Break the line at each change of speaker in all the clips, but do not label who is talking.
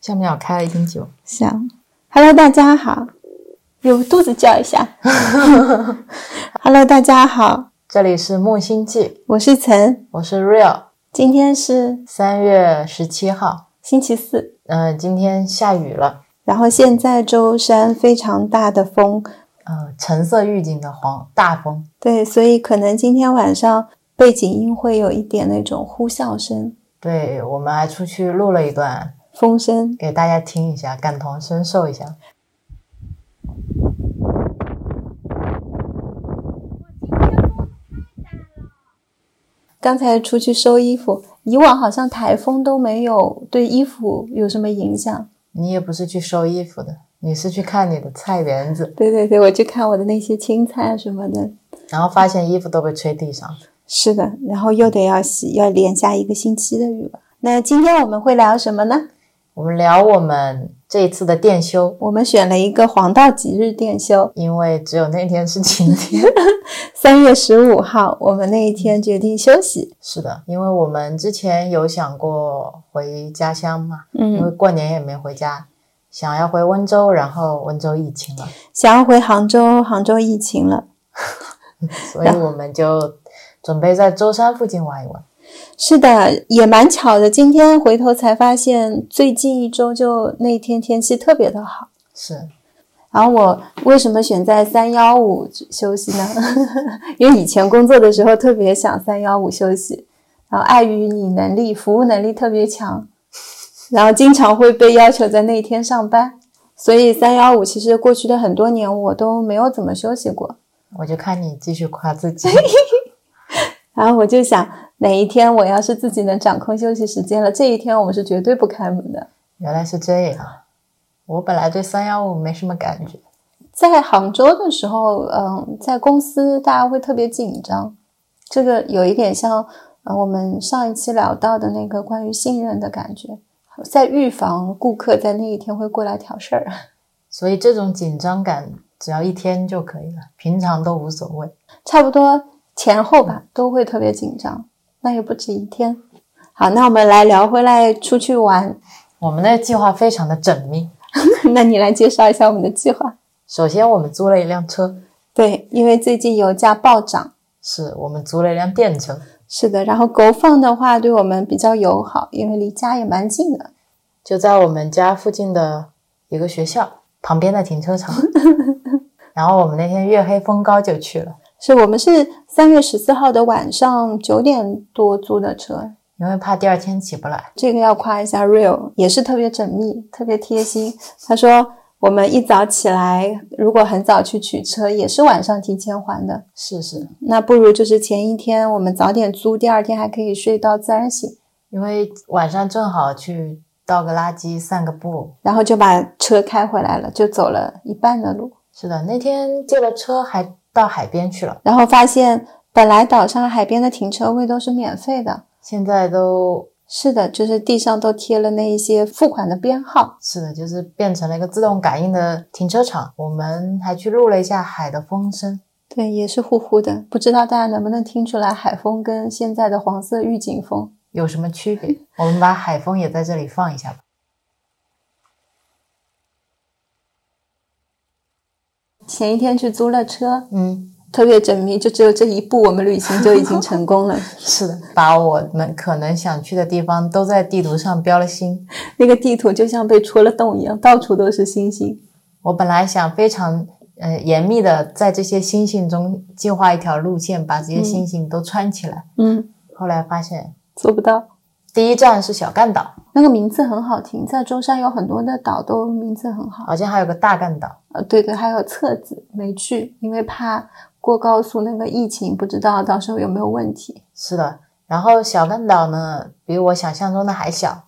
下面要开了一瓶酒，
行，Hello，大家好，有肚子叫一下。Hello，大家好，
这里是木星记，
我是岑，
我是 Real，
今天是
三月十七号，
星期四，
嗯、今天下雨了，
然后现在舟山非常大的风，
呃，橙色预警的黄大风，
对，所以可能今天晚上背景音会有一点那种呼啸声、
对我们还出去录了一段，
风声。
给大家听一下，感同身受一下。
刚才出去收衣服，以往好像台风都没有对衣服有什么影响。
你也不是去收衣服的，你是去看你的菜园子，
对对对，我去看我的那些青菜什么的。
然后发现衣服都被吹地上了。
是的，然后又得要洗，要连下一个星期的雨吧。那今天我们会聊什么呢？
我们聊我们这一次的电休，
我们选了一个黄道吉日电休，
因为只有那天是晴天。
三月十五号，我们那一天决定休息。
是的，因为我们之前有想过回家乡嘛，因为
嗯，
过年也没回家，想要回温州，然后温州疫情了，
想要回杭州，杭州疫情了。
所以我们就准备在舟山附近玩一玩。
是的，也蛮巧的。今天回头才发现，最近一周就那天天气特别的好。
是
然后我为什么选在三幺五休息呢？ 因为以前工作的时候特别想三幺五休息，然后碍于你能力、服务能力特别强，然后经常会被要求在那一天上班，所以三幺五其实过去的很多年我都没有怎么休息过。
我就看你继续夸自己。
然后我就想，哪一天我要是自己能掌控休息时间了，这一天我们是绝对不开门的。
原来是这样，我本来对三幺五没什么感觉，
在杭州的时候，嗯，在公司大家会特别紧张，这个有一点像，呃，我们上一期聊到的那个关于信任的感觉，在预防顾客在那一天会过来挑事儿。
所以这种紧张感只要一天就可以了，平常都无所谓。
差不多前后吧，都会特别紧张，那也不止一天。好，那我们来聊回来出去玩，
我们的计划非常的缜密。
那你来介绍一下我们的计划。
首先，我们租了一辆车，
对，因为最近油价暴涨，
是我们租了一辆电车，
是的，然后狗放的话对我们比较友好，因为离家也蛮近的。
就在我们家附近的一个学校旁边的停车 场。然后我们那天月黑风高就去了，
是我们是三月十四号的晚上九点多租的车，
因为怕第二天起不来。
这个要夸一下 Real，也是特别缜密、特别贴心。他说我们一早起来，如果很早去取车，也是晚上提前还的，
是是，
那不如就是前一天我们早点租，第二天还可以睡到自然醒，
因为晚上正好去倒个垃圾、散个步。
然后就把车开回来了，就走了一半的路。
是的，那天借了车还到海边去了，
然后发现本来岛上海边的停车位都是免费的，
现在都
是的，就是地上都贴了那一些付款的编号。
是的，就是变成了一个自动感应的停车场。我们还去录了一下海的风声，
对，也是呼呼的，不知道大家能不能听出来海风跟现在的黄色预警风。
有什么区别？我们把海风也在这里放一下吧。
前一天去租了车，
嗯，
特别缜密，就只有这一步，我们旅行就已经成功了。
是的，把我们可能想去的地方都在地图上标了星。
那个地图就像被戳了洞一样，到处都是星星。
我本来想非常呃严密的在这些星星中计划一条路线，把这些星星都串起来。
嗯，
后来发现，
做不到。
第一站是小干岛，
那个名字很好听，在舟山有很多的岛都名字很好。
好像还有个大干岛。
呃，对对，还有册子没去，因为怕过高速那个疫情，不知道到时候有没有问题。
是的，然后小干岛呢，比我想象中的还 小。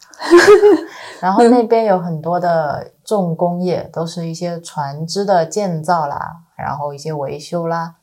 然后那边有很多的重工业，都是一些船只的建造啦，然后一些维修啦，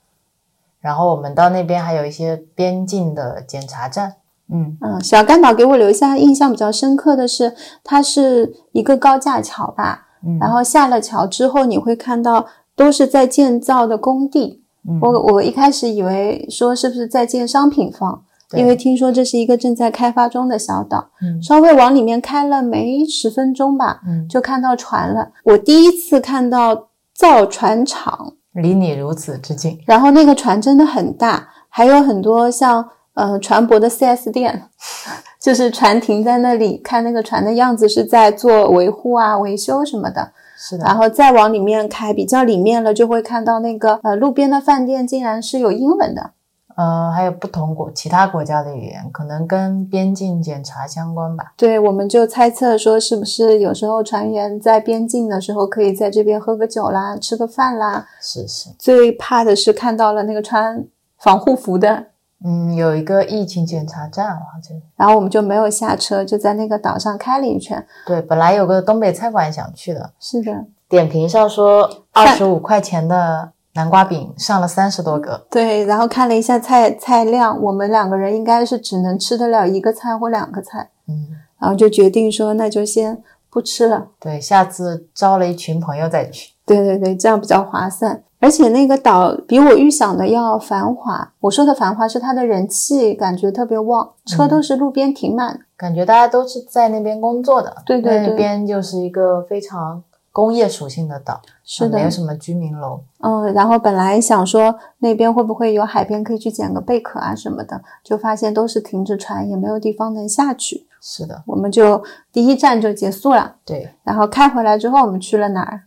然后我们到那边还有一些边境的检查站，嗯，
嗯，小干岛给我留下印象比较深刻的是，它是一个高架桥吧，
嗯
然后下了桥之后，你会看到都是在建造的工地。
嗯
我我一开始以为说是不是在建商品房，
对
因为听说这是一个正在开发中的小岛。
嗯
稍微往里面开了没十分钟吧，
嗯，
就看到船了。我第一次看到造船厂，
离你如此之近，
然后那个船真的很大，还有很多像呃船舶的 4S 店， 就是船停在那里，看那个船的样子是在做维护啊、维修什么的。
是
然
的，
后再往里面开，比较里面了，就会看到那个呃路边的饭店竟然是有英文的。
呃，还有不同国其他国家的语言，可能跟边境检查相关吧。
对，我们就猜测说，是不是有时候船员在边境的时候，可以在这边喝个酒啦，吃个饭啦。
是是，
最怕的是看到了那个穿防护服的，
嗯，有一个疫情检查站，啊我好像
然后我们就没有下车，就在那个岛上开了一圈。
对，本来有个东北菜馆想去的，
是的，
点评上说二
饭
十五块钱的南瓜饼上了三十多个，
对，然后看了一下菜菜量，我们两个人应该是只能吃得了一个菜或两个菜，
嗯，
然后就决定说那就先不吃了。
对，下次招了一群朋友再去。
对对对，这样比较划算。而且那个岛比我预想的要繁华。我说的繁华是它的人气感觉特别旺，车
嗯
都是路边停满的。
感觉大家都是在那边工作的，
对对对
那边就是一个非常工业属性的岛，
是
没有
的，
什么居民楼，
嗯，然后本来想说那边会不会有海边可以去捡个贝壳啊什么的，就发现都是停着船，也没有地方能下去。
是的，
我们就第一站就结束了。
对。
然后开回来之后，我们去了哪儿？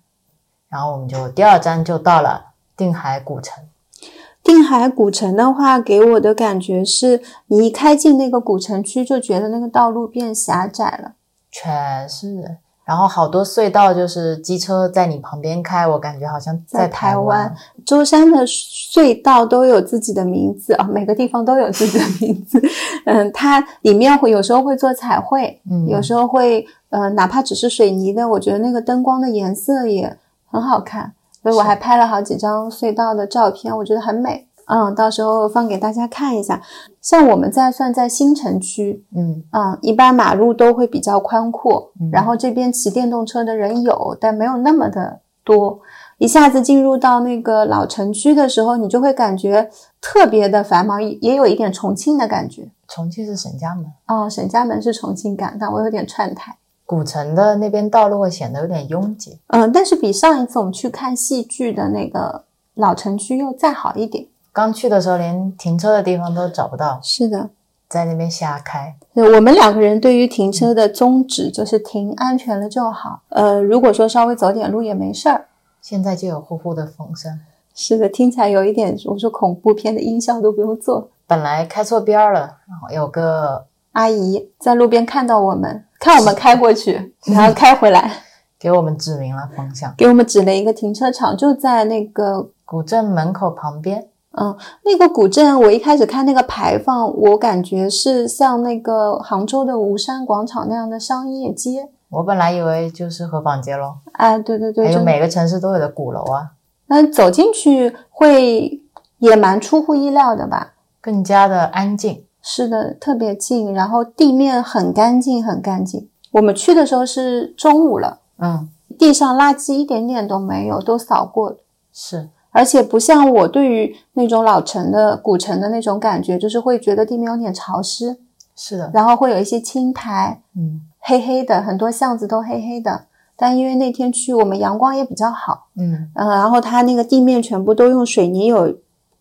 然后我们就第二站就到了定海古城，
定海古城的话，给我的感觉是你一开进那个古城区，就觉得那个道路变狭窄了。
全是人，然后好多隧道就是机车在你旁边开，我感觉好像
在
台
湾，舟山的隧道都有自己的名字啊、每个地方都有自己的名字。嗯，它里面会有时候会做彩绘，
嗯，
有时候会呃，哪怕只是水泥的，我觉得那个灯光的颜色也很好看，所以我
是
还拍了好几张隧道的照片，我觉得很美。嗯，到时候放给大家看一下。像我们在算在新城区，
嗯
嗯，一般马路都会比较宽阔，
嗯
然后这边骑电动车的人有，但没有那么的多。一下子进入到那个老城区的时候，你就会感觉特别的繁忙，也也有一点重庆的感觉。
重庆是沈家门，
哦，沈家门是重庆感，但我有点串台。
古城的那边道路会显得有点拥挤，
嗯，但是比上一次我们去看戏剧的那个老城区又再好一点。
刚去的时候连停车的地方都找不到，
是的，
在那边瞎开，
我们两个人对于停车的宗旨就是停安全了就好。呃，如果说稍微走点路也没事儿。
现在就有呼呼的风声。
是的，听起来有一点，我说恐怖片的音效都不用做。
本来开错边儿了，然后有个
阿姨在路边看到我们，看我们开过去，然后开回来，
给我们指明了方向，
给我们指了一个停车场，就在那个
古镇门口旁边。
嗯，那个古镇，我一开始看那个牌坊，我感觉是像那个杭州的吴山广场那样的商业街。
我本来以为就是河坊街咯，
哎，对对对，
还
就
有每个城市都有的鼓楼啊，
那走进去会也蛮出乎意料的吧？
更加的安静。
是的，特别近，然后地面很干净，很干净。我们去的时候是中午了，
嗯，
地上垃圾一点点都没有，都扫过了
是
而且不像我对于那种老城的古城的那种感觉，就是会觉得地面有点潮湿，
是的，
然后会有一些青苔，
嗯
黑黑的，很多巷子都黑黑的。但因为那天去我们阳光也比较好，
嗯，
嗯，然后它那个地面全部都用水泥有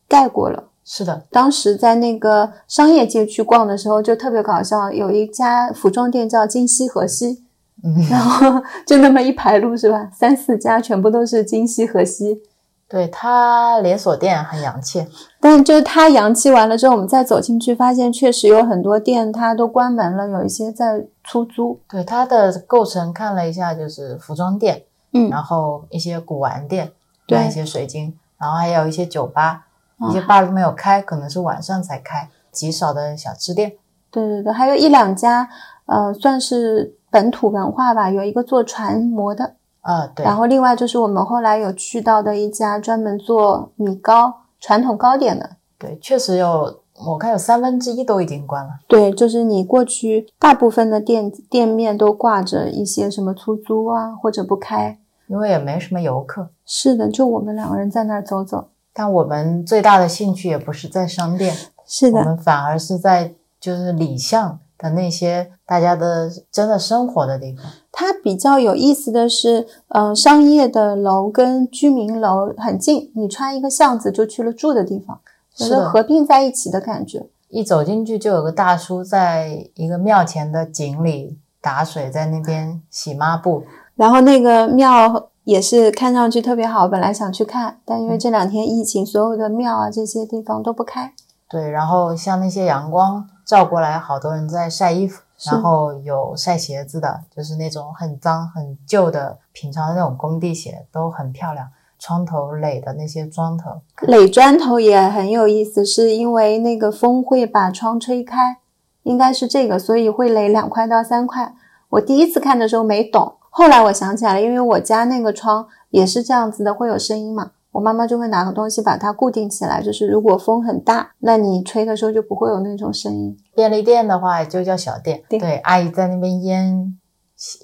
盖过了。
是的，
当时在那个商业街区逛的时候，就特别搞笑，有一家服装店叫今夕河西，
嗯，
然后就那么一排路是吧？三四家全部都是今夕河西。
对，它连锁店很洋气，
但就是它洋气完了之后，我们再走进去，发现确实有很多店它都关门了，有一些在出租。
对它的构成看了一下，就是服装店，
嗯，
然后一些古玩店，
对
卖一些水晶，然后还有一些酒吧，
哦
一些吧都没有开，可能是晚上才开，极少的小吃店。
对对对，还有一两家，呃，算是本土文化吧，有一个做船模的，
啊，对，
然后另外就是我们后来有去到的一家专门做米糕、传统糕点的。
对，确实有，我看有三分之一都已经关了。
对，就是你过去大部分的店店面都挂着一些什么出租啊，或者不开。
因为也没什么游客。
是的，就我们两个人在那儿走走。
但我们最大的兴趣也不是在商店，
是
我
的，
们反而是在就是里巷的那些大家的真的生活的地方。
它比较有意思的是，嗯、商业的楼跟居民楼很近，你穿一个巷子就去了住的地方，有
是
个
的，
合并在一起的感觉。
一走进去就有个大叔在一个庙前的井里打水，在那边洗抹布。
然后那个庙也是看上去特别好，本来想去看，但因为这两天疫情，所有的庙啊这些地方都不开。
对，然后像那些阳光照过来，好多人在晒衣服，
是
然后有晒鞋子的，就是那种很脏很旧的平常的那种工地鞋，都很漂亮。窗头垒的那些砖头，
垒砖头也很有意思，是因为那个风会把窗吹开，应该是这个，所以会垒两块到三块。我第一次看的时候没懂，后来我想起来了，因为我家那个窗也是这样子的，会有声音嘛。我妈妈就会拿个东西把它固定起来，就是如果风很大，那你吹的时候就不会有那种声音。
便利店的话就叫小店。
对
对，阿姨在那边腌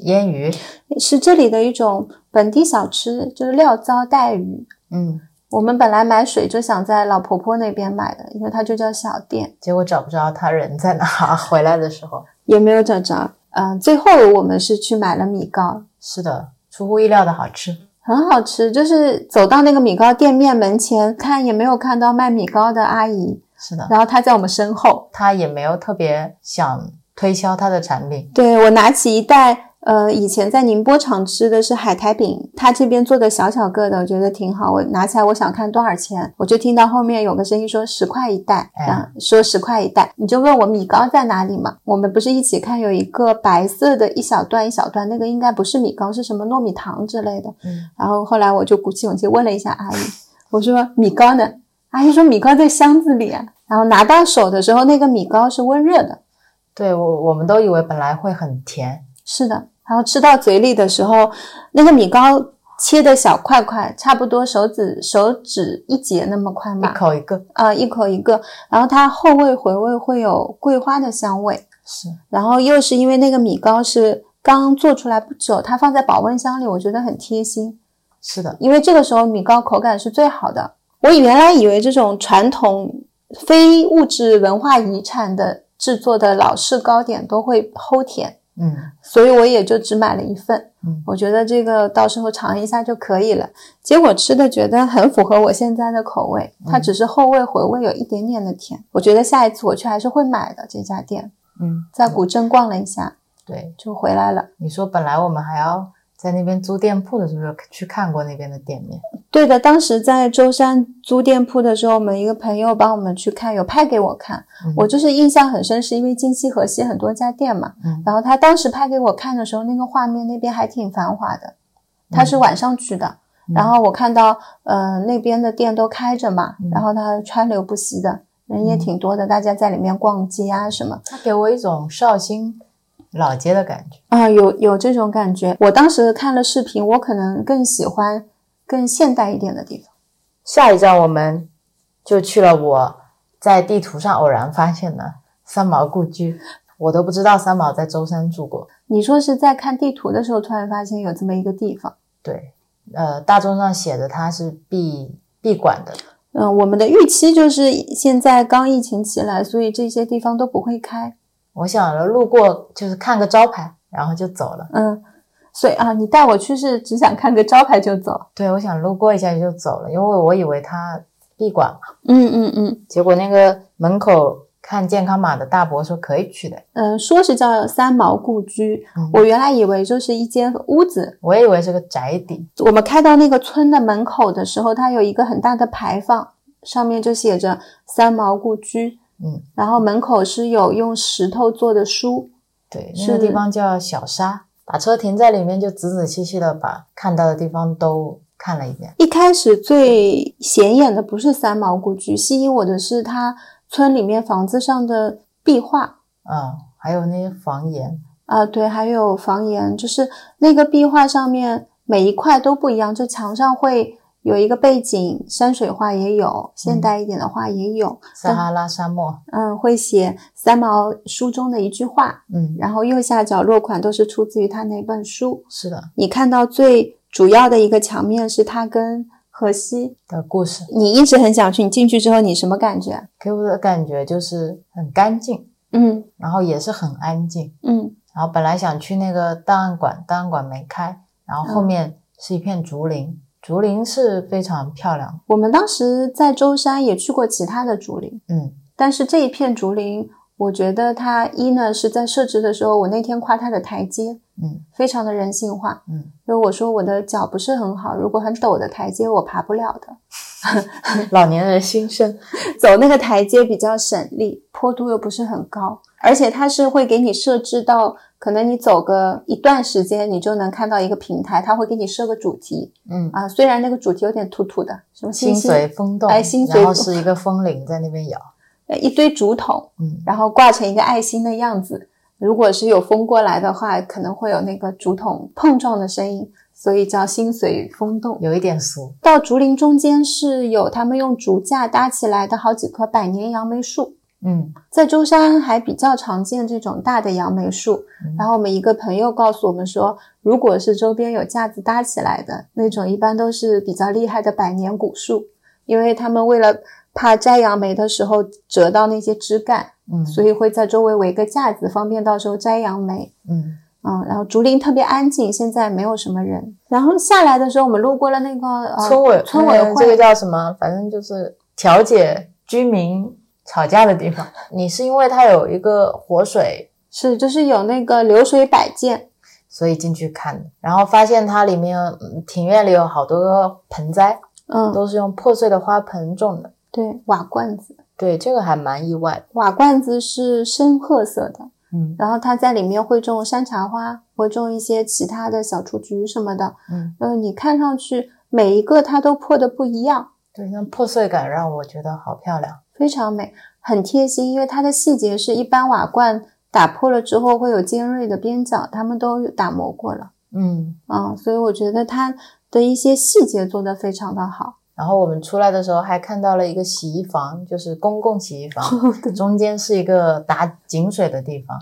腌鱼，
是这里的一种本地小吃，就是料糟带鱼。
嗯，
我们本来买水就想在老婆婆那边买的，因为它就叫小店，
结果找不着他人在哪儿。回来的时候，
也没有找着。嗯，最后我们是去买了米糕，
是的，出乎意料的好吃。
很好吃。就是走到那个米糕店面门前，看也没有看到卖米糕的阿姨，
是的，
然后她在我们身后。
他也没有特别想推销他的产品，
对我拿起一袋，呃，以前在宁波厂吃的是海苔饼，她这边做的小小个的，我觉得挺好。我拿起来，我想看多少钱，我就听到后面有个声音说十块一袋，
哎
啊，说十块一袋，你就问我米糕在哪里嘛？我们不是一起看有一个白色的一小段一小段，那个应该不是米糕，是什么糯米糖之类的。
嗯，
然后后来我就鼓起勇气问了一下阿姨，我说米糕呢？阿姨说米糕在箱子里啊。然后拿到手的时候，那个米糕是温热的，
对我我们都以为本来会很甜，
是的。然后吃到嘴里的时候，那个米糕切的小块块，差不多手指手指一节那么宽
一
吧，
口一个，
啊、一口一个。然后它后味回味会有桂花的香味，
是
然后又是因为那个米糕是刚做出来不久，它放在保温箱里，我觉得很贴心。
是的，
因为这个时候米糕口感是最好的。我原来以为这种传统非物质文化遗产的制作的老式糕点都会齁甜，
嗯，
所以我也就只买了一份。
嗯
我觉得这个到时候尝一下就可以了。结果吃的觉得很符合我现在的口味，它
嗯
只是后味回味有一点点的甜。我觉得下一次我去还是会买的这家店。
嗯，
在古镇逛了一下
对，
就回来了。
你说本来我们还要在那边租店铺的，是不是去看过那边的店面？
对的，当时在舟山租店铺的时候，我们一个朋友帮我们去看，有拍给我看。
嗯
我就是印象很深，是因为今夕河西很多家店嘛，
嗯
然后他当时拍给我看的时候，那个画面那边还挺繁华的，他是晚上去的。
嗯
然后我看到，呃，那边的店都开着嘛，
嗯
然后他川流不息的，人也挺多的，大家在里面逛街啊什么，
它给我一种绍兴老街的感觉，
啊、有有这种感觉。我当时看了视频，我可能更喜欢更现代一点的地方。
下一站我们就去了我在地图上偶然发现的三毛故居，我都不知道三毛在舟山住过。
你说是在看地图的时候突然发现有这么一个地方。
对，呃，大众上写的它是闭闭馆的，
嗯，我们的预期就是现在刚疫情起来，所以这些地方都不会开。
我想着路过就是看个招牌，然后就走了。
嗯，所以啊，你带我去是只想看个招牌就走。
对，我想路过一下就走了，因为我以为它闭馆嘛。
嗯嗯嗯
结果那个门口看健康码的大伯说可以去的，
嗯，说是叫三毛故居，
嗯
我原来以为就是一间屋子。
我以为是个宅邸。
我们开到那个村的门口的时候，它有一个很大的牌坊，上面就写着三毛故居。
嗯，
然后门口是有用石头做的书，
对，
是
那个地方叫小沙，把车停在里面，就仔仔细细的把看到的地方都看了一遍。
一开始最显眼的不是三毛故居，吸引我的是它村里面房子上的壁画
嗯，还有那些房檐，
啊、对，还有房檐，就是那个壁画上面每一块都不一样，就墙上会有一个背景，山水画也有，现代一点的画也有，
撒哈拉沙漠，
嗯，会写三毛书中的一句话，
嗯，
然后右下角落款都是出自于他那本书。
是的，
你看到最主要的一个墙面是他跟河西。
的故事，
你一直很想去，你进去之后你什么感觉？啊
给我的感觉就是很干净，
嗯
然后也是很安静。
嗯
然后本来想去那个档案馆，档案馆没开，然后后
嗯
面是一片竹林，竹林是非常漂亮。
我们当时在舟山也去过其他的竹林，
嗯，
但是这一片竹林，我觉得它一呢是在设置的时候，我那天夸它的台阶，
嗯，
非常的人性化，
嗯，
因为我说我的脚不是很好，如果很陡的台阶我爬不了的，
老年人心声。
走那个台阶比较省力，坡度又不是很高，而且它是会给你设置到，可能你走个一段时间，你就能看到一个平台，它会给你设个主题
嗯，
啊，虽然那个主题有点土土的，什么
心
星星
随风动，
哎心随
然后
风
是一个风铃在那边摇。
呃一堆竹筒，
嗯
然后挂成一个爱心的样子。如果是有风过来的话，可能会有那个竹筒碰撞的声音，所以叫心随风动。
有一点俗。
到竹林中间是有他们用竹架搭起来的好几棵百年杨梅树，
嗯
在舟山还比较常见这种大的杨梅树
嗯。
然后我们一个朋友告诉我们说，如果是周边有架子搭起来的那种，一般都是比较厉害的百年古树，因为他们为了怕摘杨梅的时候折到那些枝干，
嗯
所以会在周围围个架子，方便到时候摘杨梅。
嗯
嗯，然后竹林特别安静，现在没有什么人。然后下来的时候，我们路过了那个、呃、
村委
村委
呃
会，
这个叫什么？反正就是调解居民吵架的地方。你是因为它有一个活水，
是就是有那个流水摆件，
所以进去看的，然后发现它里面嗯庭院里有好多个盆栽，
嗯，
都是用破碎的花盆种的。
对，瓦罐子，
对，这个还蛮意外的。
瓦罐子是深褐色的，
嗯
然后它在里面会种山茶花，会种一些其他的小雏菊什么的。
嗯，
嗯、你看上去每一个它都破的不一样，
对，那破碎感让我觉得好漂亮。
非常美，很贴心，因为它的细节是一般瓦罐打破了之后会有尖锐的边角，它们都有打磨过了。
嗯，
嗯，所以我觉得它的一些细节做得非常的好。
然后我们出来的时候还看到了一个洗衣房，就是公共洗衣房，中间是一个打井水的地方，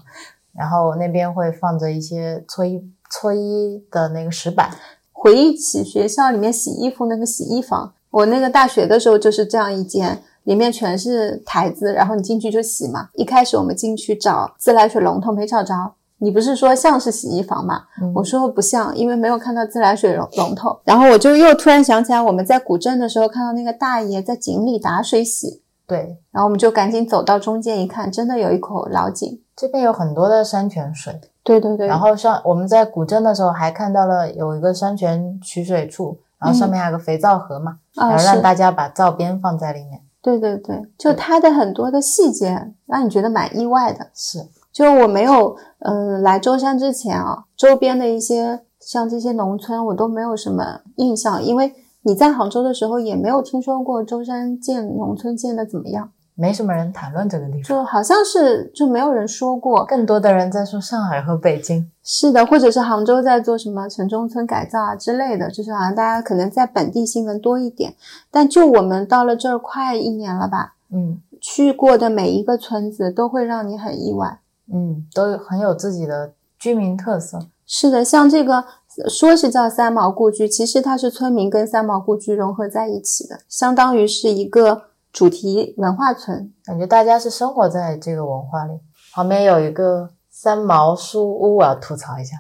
然后那边会放着一些搓衣搓衣的那个石板。
回忆起学校里面洗衣服那个洗衣房，我那个大学的时候就是这样一间，里面全是台子，然后你进去就洗嘛。一开始我们进去找自来水龙头没找着，你不是说像是洗衣房嘛？
嗯
我说不像，因为没有看到自来水龙龙头。然后我就又突然想起来，我们在古镇的时候看到那个大爷在井里打水洗，
对，
然后我们就赶紧走到中间一看，真的有一口老井。
这边有很多的山泉水，
对对对，
然后上我们在古镇的时候还看到了有一个山泉取水处，然后上面还有个肥皂盒嘛，
啊
然后
是
让大家把皂边放在里面。
对对对，就它的很多的细节让你觉得蛮意外的。
是，
就我没有，嗯、来舟山之前啊，周边的一些像这些农村，我都没有什么印象，因为你在杭州的时候也没有听说过舟山建农村建的怎么样，
没什么人谈论这个地方，
就好像是就没有人说过。
更多的人在说上海和北京。
是的，或者是杭州在做什么城中村改造啊之类的，就是好像大家可能在本地新闻多一点，但就我们到了这儿快一年了吧，
嗯
去过的每一个村子都会让你很意外。
嗯，都有很有自己的居民特色。
是的，像这个说是叫三毛故居，其实它是村民跟三毛故居融合在一起的，相当于是一个主题文化村。
感觉大家是生活在这个文化里。旁边有一个三毛书屋，我要吐槽一 下。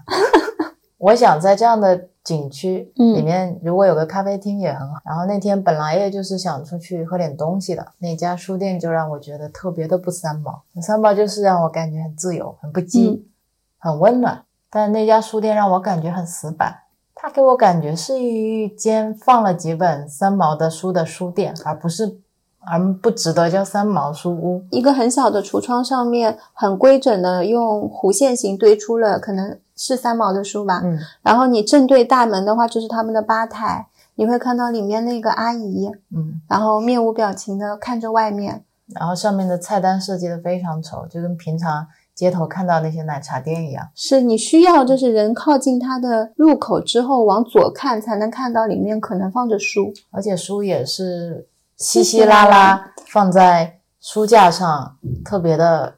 我想在这样的景区
嗯
里面，如果有个咖啡厅也很好。然后那天本来也就是想出去喝点东西的，那家书店就让我觉得特别的不三毛。三毛就是让我感觉很自由、很不羁、
嗯
很温暖，但那家书店让我感觉很死板。它给我感觉是一间放了几本三毛的书的书店，而不是而不值得叫三毛书屋。
一个很小的橱窗上面，很规整的用弧线形堆出了，可能是三毛的书吧。
嗯
然后你正对大门的话，就是他们的吧台，你会看到里面那个阿姨，
嗯，
然后面无表情的看着外面。
然后上面的菜单设计的非常丑，就跟平常街头看到那些奶茶店一样。
是你需要，就是人靠近它的入口之后，往左看才能看到里面可能放着书。
而且书也是稀稀拉拉放在书架上，特别的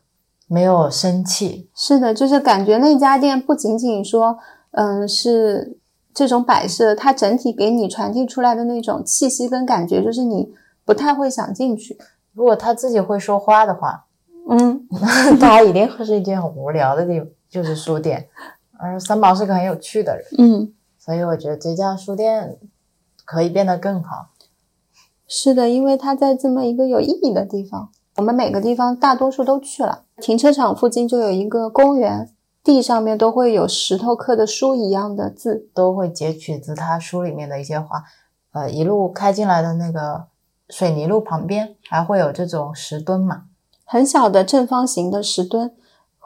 没有生气。
是的，就是感觉那家店不仅仅说，嗯、是这种摆设，它整体给你传递出来的那种气息跟感觉，就是你不太会想进去。
如果他自己会说花的话，
嗯，
它一定会是一间很无聊的地，就是书店。而三毛是个很有趣的人，
嗯，
所以我觉得这家书店可以变得更好。
是的，因为它在这么一个有意义的地方，我们每个地方大多数都去了。停车场附近就有一个公园，地上面都会有石头刻的书一样的字。
都会截取自他书里面的一些话，呃，一路开进来的那个水泥路旁边还会有这种石墩嘛。
很小的正方形的石墩，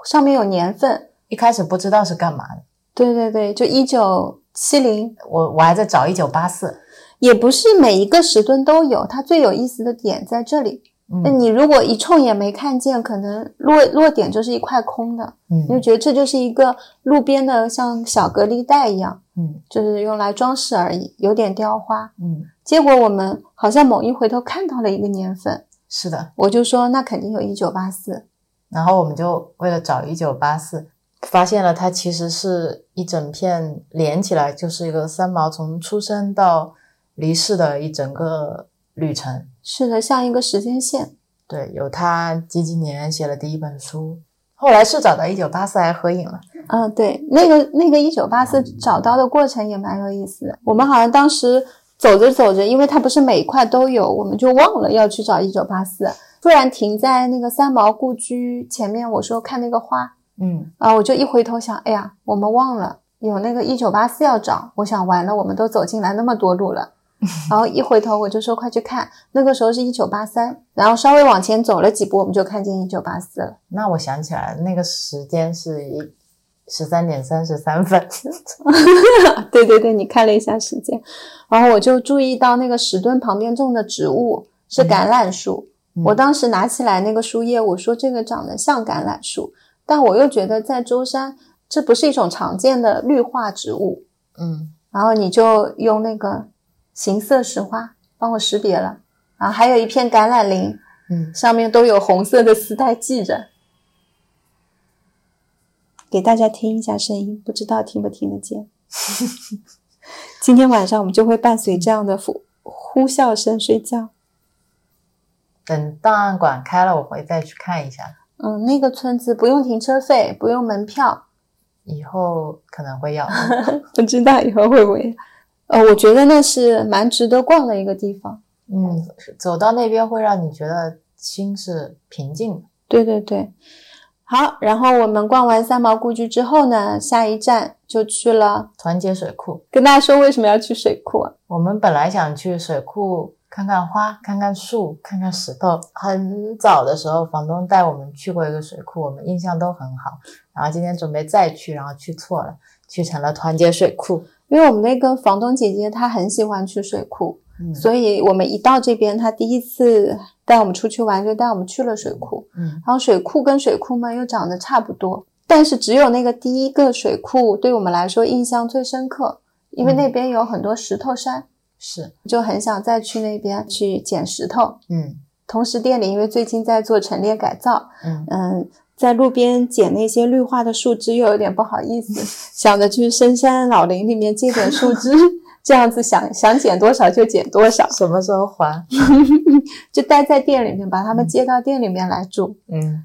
上面有年份。
一开始不知道是干嘛的，
对对对，就一九七零，
我我还在找一九八四，
也不是每一个石墩都有。它最有意思的点在这里。那
嗯
你如果一冲也没看见，可能落落点就是一块空的，你就
嗯
觉得这就是一个路边的像小隔离带一样，
嗯
就是用来装饰而已，有点雕花。
嗯，
结果我们好像某一回头看到了一个年份，
是的。
我就说那肯定有一九八四。
然后我们就为了找一九八四，发现了它其实是一整片连起来，就是一个三毛从出生到离世的一整个旅程。
是的，像一个时间线。
对，有他几几年写了第一本书，后来是找到一九八四还合影了。
嗯，对，那个那个一九八四找到的过程也蛮有意思的。我们好像当时走着走着，因为它不是每一块都有，我们就忘了要去找一九八四。突然停在那个三毛故居前面，我说看那个花
嗯，
啊，我就一回头想，哎呀，我们忘了有那个一九八四要找。我想完了，我们都走进来那么多路了。然后一回头我就说快去看，那个时候是一九八三，然后稍微往前走了几步，我们就看见一九八四了。
那我想起来，那个时间是一十三点三十三分。
对对对，你看了一下时间，然后我就注意到那个石墩旁边种的植物是橄榄
嗯
树。我当时拿起来那个树叶，我说这个长得像橄榄树，但我又觉得在舟山这不是一种常见的绿化植物。
嗯，
然后你就用那个形色石花帮我识别了。然后还有一片橄榄林，
嗯，
上面都有红色的丝带系着。给大家听一下声音，不知道听不听得见。 今天晚上我们就会伴随这样的呼呼啸声睡觉。
等档案馆开了，我会再去看一下。
嗯，那个村子不用停车费，不用门票，
以后可能会要。
不知道以后会不会。呃，我觉得那是蛮值得逛的一个地方。
嗯，走到那边会让你觉得心是平静的。
对对对，好。然后我们逛完三毛故居之后呢，下一站就去了。
团结水库，
跟大家说为什么要去水库啊？
我们本来想去水库看看花、看看树、看看石头。很早的时候，房东带我们去过一个水库，我们印象都很好。然后今天准备再去，然后去错了，去成了团结水库。
因为我们那个房东姐姐她很喜欢去水库，
嗯
所以我们一到这边，她第一次带我们出去玩，就带我们去了水库。
嗯
然后水库跟水库们又长得差不多，但是只有那个第一个水库对我们来说印象最深刻，因为那边有很多石头山，
是，
就很想再去那边去捡石头。
嗯
同时，店里因为最近在做陈列改造，
嗯，
嗯，在路边捡那些绿化的树枝，又有点不好意思，想着去深山老林里面借点树枝，这样子想想捡多少就捡多少，
什么时候还？
就待在店里面，把它们接到店里面来住。
嗯，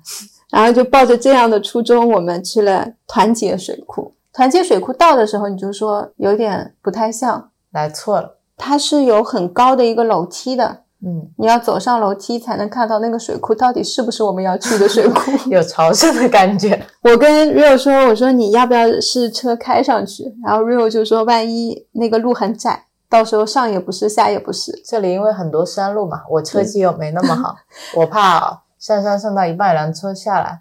然后就抱着这样的初衷，我们去了团结水库。团结水库到的时候，你就说有点不太像，
来错了。
它是有很高的一个楼梯的，
嗯，
你要走上楼梯才能看到那个水库到底是不是我们要去的水库。
有朝圣的感觉。
我跟 Rio 说，我说你要不要试车开上去？然后 Rio 就说，万一那个路很窄，到时候上也不是，下也不是。
这里因为很多山路嘛，我车技又没那么好，我怕上山上到一半，然后车下来，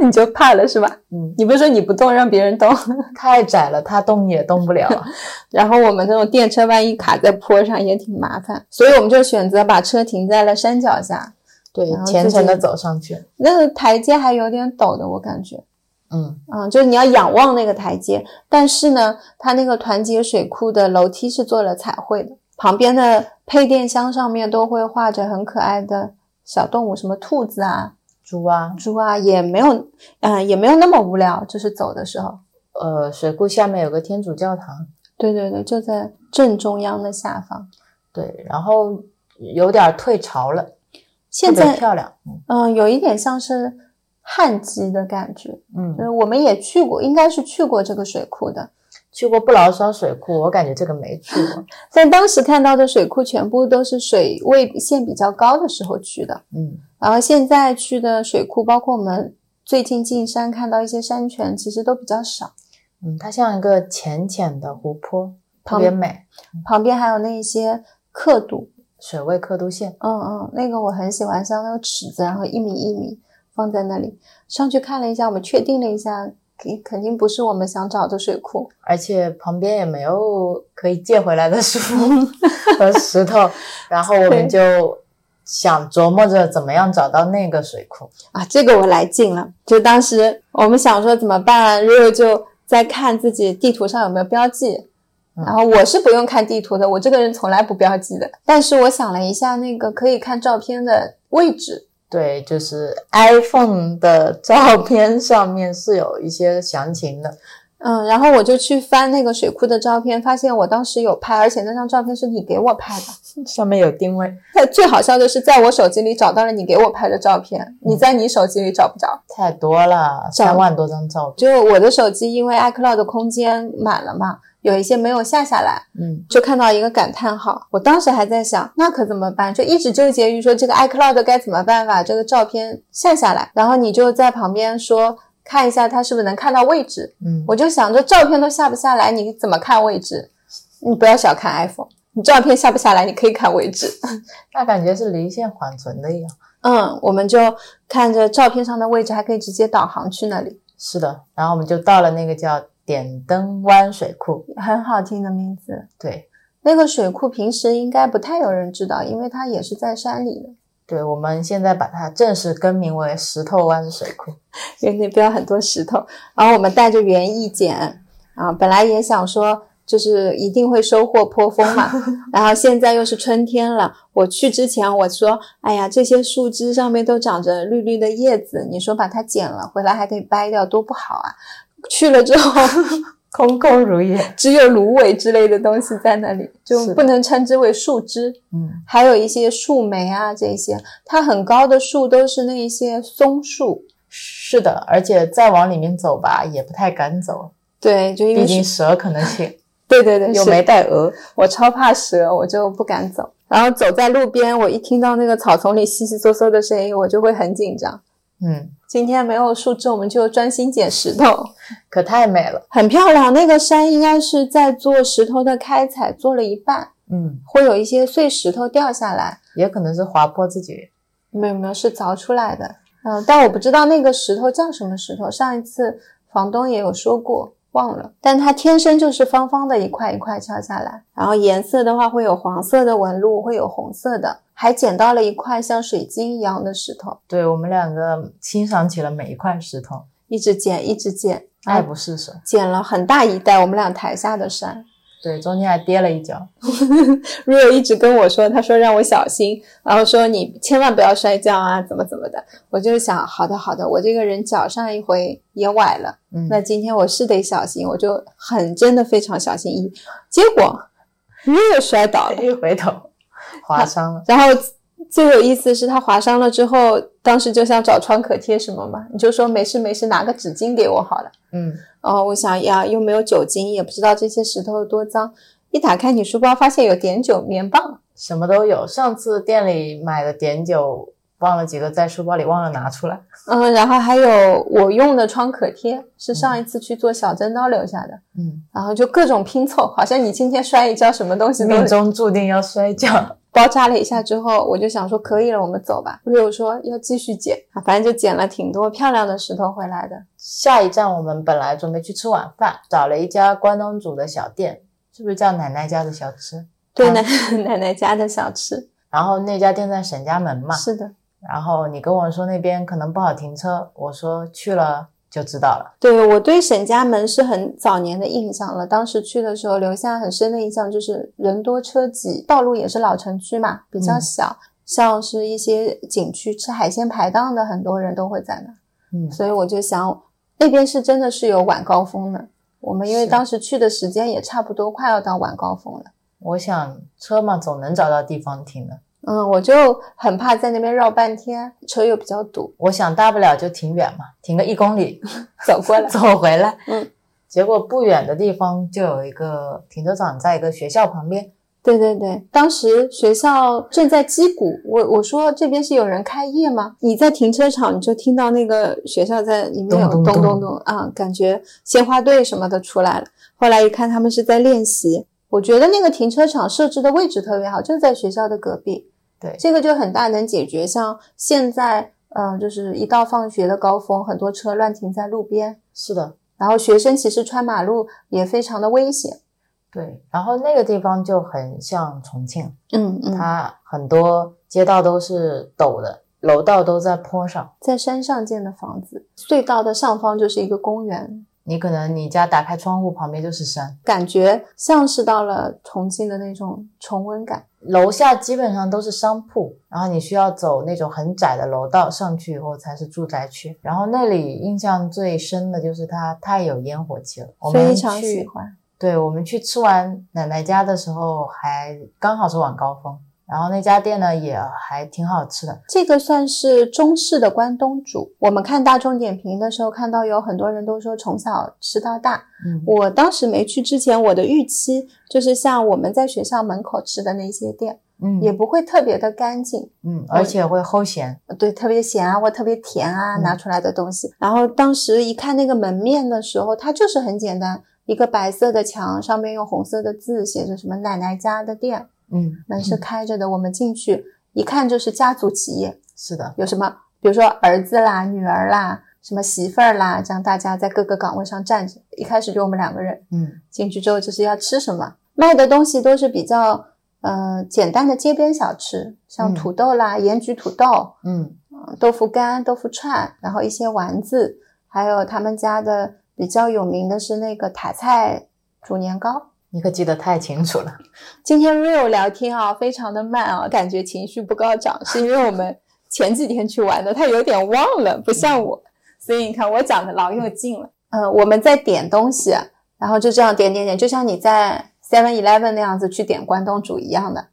你就怕了是吧？
嗯，
你不是说你不动，让别人动？
太窄了，它动也动不了啊。
然后我们这种电车万一卡在坡上也挺麻烦，所以我们就选择把车停在了山脚下。
对
然，后
虔
自
诚的
己
走上去。
那个台阶还有点陡的，我感觉，
嗯
嗯，就是你要仰望那个台阶。但是呢，它那个团结水库的楼梯是做了彩绘的，旁边的配电箱上面都会画着很可爱的小动物，什么兔子啊、
猪啊，
猪啊，也没有，嗯、也没有那么无聊，就是走的时候。
呃，水库下面有个天主教堂，
对对对，就在正中央的下方。
对，然后有点退潮了，
现
特别
在
漂亮，嗯
嗯、有一点像是旱季的感觉，就
嗯，
是我们也去过，应该是去过这个水库的，
去过不老山水库，我感觉这个没去过，
但当时看到的水库全部都是水位线比较高的时候去的，
嗯
然后现在去的水库，包括我们最近进山看到一些山泉，其实都比较少。
嗯，它像一个浅浅的湖泊，特
旁
别美，
旁边还有那一些刻度，
水位刻度线，
嗯嗯，那个我很喜欢，像那个尺子，然后一米一米放在那里。上去看了一下，我们确定了一下，肯肯定不是我们想找的水库。
而且旁边也没有可以借回来的 树和石头，然后我们就想琢磨着怎么样找到那个水库，
啊，这个我来劲了。就当时我们想说怎么办，瑞瑞就在看自己地图上有没有标记。
嗯
然后我是不用看地图的，我这个人从来不标记的。但是我想了一下，那个可以看照片的位置，
对，就是 iPhone 的照片上面是有一些详情的，
嗯，然后我就去翻那个水库的照片，发现我当时有拍，而且那张照片是你给我拍的。
上面有定位，
但最好笑的是，在我手机里找到了你给我拍的照片，你在你手机里找不着。
太多了，
找
三万多张照片，
就我的手机因为 iCloud 的空间满了嘛，有一些没有下下来，
嗯，
就看到一个感叹号，我当时还在想，那可怎么办？就一直纠结于说这个 iCloud 该怎么办把这个照片下下来。然后你就在旁边说看一下它是不是能看到位置。
嗯，
我就想着照片都下不下来，你怎么看位置？你不要小看 iPhone，你照片下不下来，你可以看位置。
那感觉是离线缓存的一样。
嗯，我们就看着照片上的位置，还可以直接导航去那里，
是的，然后我们就到了那个叫点灯湾水库，
很好听的名字。
对，
那个水库平时应该不太有人知道，因为它也是在山里的。
对，我们现在把它正式更名为石头湾水库，
因为那边有很多石头。然后我们带着园艺剪啊，本来也想说就是一定会收获颇丰 嘛，然后现在又是春天了，我去之前我说，哎呀，这些树枝上面都长着绿绿的叶子，你说把它剪了回来还得掰掉，多不好啊！去了 之后，
空空如也。
只有芦苇之类的东西在那里，
是
就
的
不能称之为树枝。
嗯，
还有一些树莓啊，这些它很高的树都是那一些松树，
是的，而且再往里面走吧，也不太敢走，
对，就因为
毕
是
竟蛇可 能性
对对对，
又
是
没带鹅。
我超怕蛇，我就不敢走。然后走在路边，我一听到那个草丛里窸窸窣窣的声音，我就会很紧张。
嗯，
今天没有树枝，我们就专心捡石头，
可太美了。
很漂亮。那个山应该是在做石头的开采，做了一半，
嗯，
会有一些碎石头掉下来。
也可能是划破自己。
没有没有，是凿出来的。嗯，但我不知道那个石头叫什么石头。上一次房东也有说过，忘了。但它天生就是方方的，一块一块敲下来。然后颜色的话，会有黄色的纹路，会有红色的。还捡到了一块像水晶一样的石头，
对我们两个欣赏起了每一块石头，
一直捡，一直捡，
爱不释手。
捡了很大一袋。我们俩抬下的山，
对，中间还跌了一跤。
瑞瑞一直跟我说，他说让我小心，然后说你千万不要摔跤啊，怎么怎么的。我就想，好的好的，我这个人脚上一回也崴了。
嗯，
那今天我是得小心，我就很真的非常小心翼翼。结果又摔倒了，
一回头 划伤了。
然后最有意思是他划伤了之后，当时就想找创可贴什么嘛，你就说没事没事，拿个纸巾给我好了。
嗯，
哦，我想呀，又没有酒精，也不知道这些石头有多脏。一打开你书包，发现有碘酒棉棒，
什么都有。上次店里买的碘酒忘了几个在书包里，忘了拿出来。
嗯，然后还有我用的创可贴，是上一次去做小针刀留下的，
嗯，
然后就各种拼凑，好像你今天摔一跤，什么东西都
命中注定要摔跤。
包扎了一下之后，我就想说可以了，我们走吧。瑞友说要继续捡，啊反正就捡了挺多漂亮的石头回来的。
下一站我们本来准备去吃晚饭，找了一家关东煮的小店，是不是叫奶奶家的小吃？
对
嗯
奶、 奶奶家的小吃，
然后那家店在沈家门嘛。
是的，
然后你跟我说那边可能不好停车，我说去了就知道了。
对我对沈家门是很早年的印象了。当时去的时候留下很深的印象，就是人多车挤，道路也是老城区嘛，比较
嗯
小，像是一些景区吃海鲜排档的，很多人都会在那，
嗯，
所以我就想那边是真的是有晚高峰的。我们因为
是
当时去的时间也差不多，快要到晚高峰了。
我想车嘛，总能找到地方停的。
嗯，我就很怕在那边绕半天，车又比较堵，
我想大不了就停远嘛，停个一公里
走过来。
走回来。
嗯，
结果不远的地方就有一个停车场，在一个学校旁边。
对对对，当时学校正在击鼓，我我说这边是有人开业吗？你在停车场你就听到那个学校在里面有
咚咚
咚咚
咚
咚啊、感觉鲜花队什么的出来了。后来一看他们是在练习，我觉得那个停车场设置的位置特别好，就在学校的隔壁。
对
这个就很大能解决像现在，嗯、就是一到放学的高峰，很多车乱停在路边，
是的，
然后学生其实穿马路也非常的危险。
对。然后那个地方就很像重庆，
嗯嗯，
它很多街道都是陡的，楼道都在坡上。
在山上建的房子，隧道的上方就是一个公园，
你可能你家打开窗户，旁边就是山，
感觉像是到了重庆的那种重温感。
楼下基本上都是商铺，然后你需要走那种很窄的楼道上去以后才是住宅区。然后那里印象最深的就是它太有烟火气了，我们
非常喜
去，
欢。
对我们去吃完奶奶家的时候还刚好是晚高峰，然后那家店呢也还挺好吃的，
这个算是中式的关东煮。我们看大众点评的时候，看到有很多人都说从小吃到大。
嗯，
我当时没去之前，我的预期就是像我们在学校门口吃的那些店，
嗯
也不会特别的干净，
嗯，而且会齁咸，
对，特别咸啊或特别甜啊，
嗯
拿出来的东西。然后当时一看那个门面的时候，它就是很简单，一个白色的墙，上面用红色的字写着什么“奶奶家的店”，
嗯，
门是开着的。我们进去一看就是家族企业，
是的，
有什么，比如说儿子啦、女儿啦、什么媳妇儿啦，这样大家在各个岗位上站着。一开始就我们两个人，
嗯，
进去之后就是要吃什么，卖的东西都是比较呃简单的街边小吃，像
嗯
土豆啦、盐焗土豆。
嗯，
豆腐干、豆腐串，然后一些丸子，还有他们家的比较有名的是那个塔菜煮年糕。
你可记得太清楚了，
今天 real 聊天啊，非常的慢啊，感觉情绪不高涨，是因为我们前几天去玩的，他有点忘了，不像我，所以你看我讲的老有劲了。呃，我们在点东西，啊然后就这样点点点，就像你在 Seven Eleven 那样子去点关东煮一样的。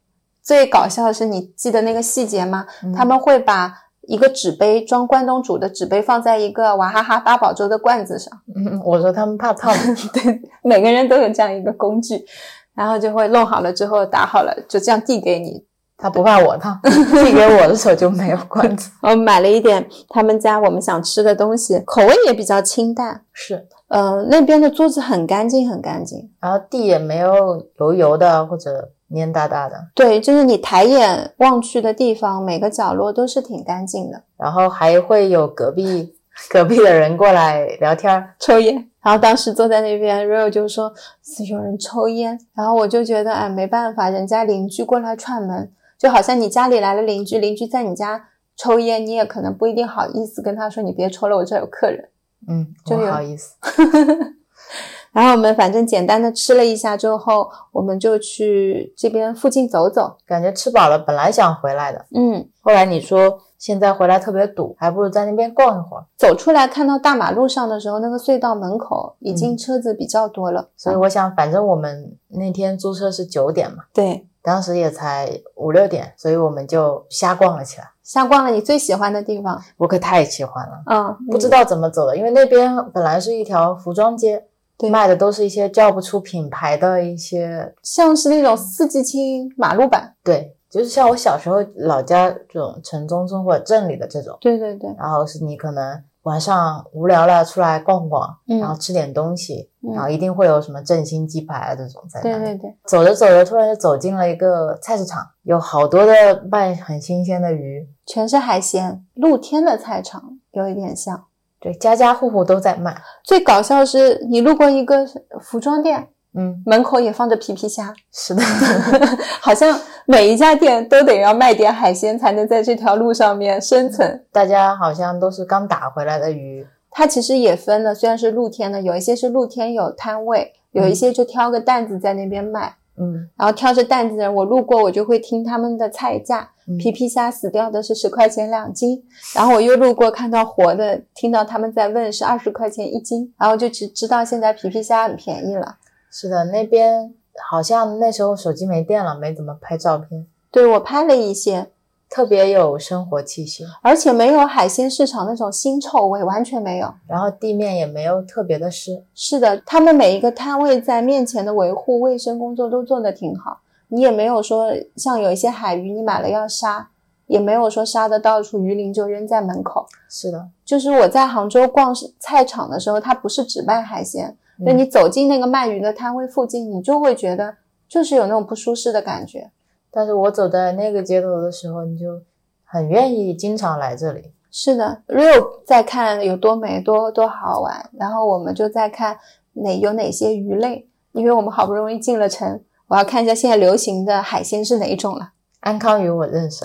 最搞笑的是，你记得那个细节吗？
嗯
他们会把一个纸杯装关东煮的纸杯放在一个娃哈哈八宝粥的罐子上，
嗯，我说他们怕烫，
对，每个人都有这样一个工具，然后就会弄好了之后打好了，就这样递给你。
他不怕我烫，递给我的时候就没有罐子，
我买了一点他们家我们想吃的东西，口味也比较清淡。
是。
呃，那边的桌子很干净，很干净。
然后地也没有油油的或者黏哒哒的，
对，就是你抬眼望去的地方，每个角落都是挺干净的。
然后还会有隔壁隔壁的人过来聊天儿，
抽烟。然后当时坐在那边，Rio 就说是有人抽烟，然后我就觉得哎没办法，人家邻居过来串门，就好像你家里来了邻居，邻居在你家抽烟，你也可能不一定好意思跟他说你别抽了，我这儿有客人。
嗯，
就
不
有
好意思，
然后我们反正简单的吃了一下之后，我们就去这边附近走走。
感觉吃饱了，本来想回来的，
嗯，
后来你说现在回来特别堵，还不如在那边逛一会儿，
走出来看到大马路上的时候，那个隧道门口已经
嗯
车子比较多了，
所以我想，反正我们那天租车是九点嘛，
对
当时也才五六点，所以我们就瞎逛了起来，
瞎逛了你最喜欢的地方。
我可太喜欢了。
嗯，
不知道怎么走的，因为那边本来是一条服装街，
对
卖的都是一些叫不出品牌的一些
像是那种四季青马路版。
对，就是像我小时候老家这种城中村或者镇里的这种，
对对对，
然后是你可能晚上无聊了出来逛逛，
嗯
然后吃点东西，
嗯
然后一定会有什么振兴鸡排啊这种在那
对
里。
对对，
走着走着，突然就走进了一个菜市场，有好多的卖很新鲜的鱼，
全是海鲜，露天的菜场有一点像。
对，家家户户都在卖。
最搞笑是你路过一个服装店，
嗯，
门口也放着皮皮虾，
是的，
好像每一家店都得要卖点海鲜才能在这条路上面生存。
大家好像都是刚打回来的鱼，
它其实也分的，虽然是露天的，有一些是露天有摊位，有一些就挑个担子在那边卖。
嗯
然后挑着担子的人，我路过我就会听他们的菜价，
嗯
皮皮虾死掉的是十块钱两斤，然后我又路过看到活的，听到他们在问是二十块钱一斤，然后就只知道现在皮皮虾很便宜了。
是的，那边好像那时候手机没电了，没怎么拍照片，
对我拍了一些，
特别有生活气息。
而且没有海鲜市场那种腥臭味，完全没有。
然后地面也没有特别的湿，
是的，他们每一个摊位在面前的维护卫生工作都做得挺好，你也没有说像有一些海鱼你买了要杀，也没有说杀的到处鱼鳞就扔在门口。
是的，
就是我在杭州逛市菜场的时候，它不是只卖海鲜，
嗯
那、你走进那个卖鱼的摊位附近，你就会觉得就是有那种不舒适的感觉。
但是我走在那个街头的时候，你就很愿意经常来这里。
是的，Rio 在看有多美多多好玩，然后我们就在看哪有哪些鱼类，因为我们好不容易进了城，我要看一下现在流行的海鲜是哪一种了。
安康鱼我认识，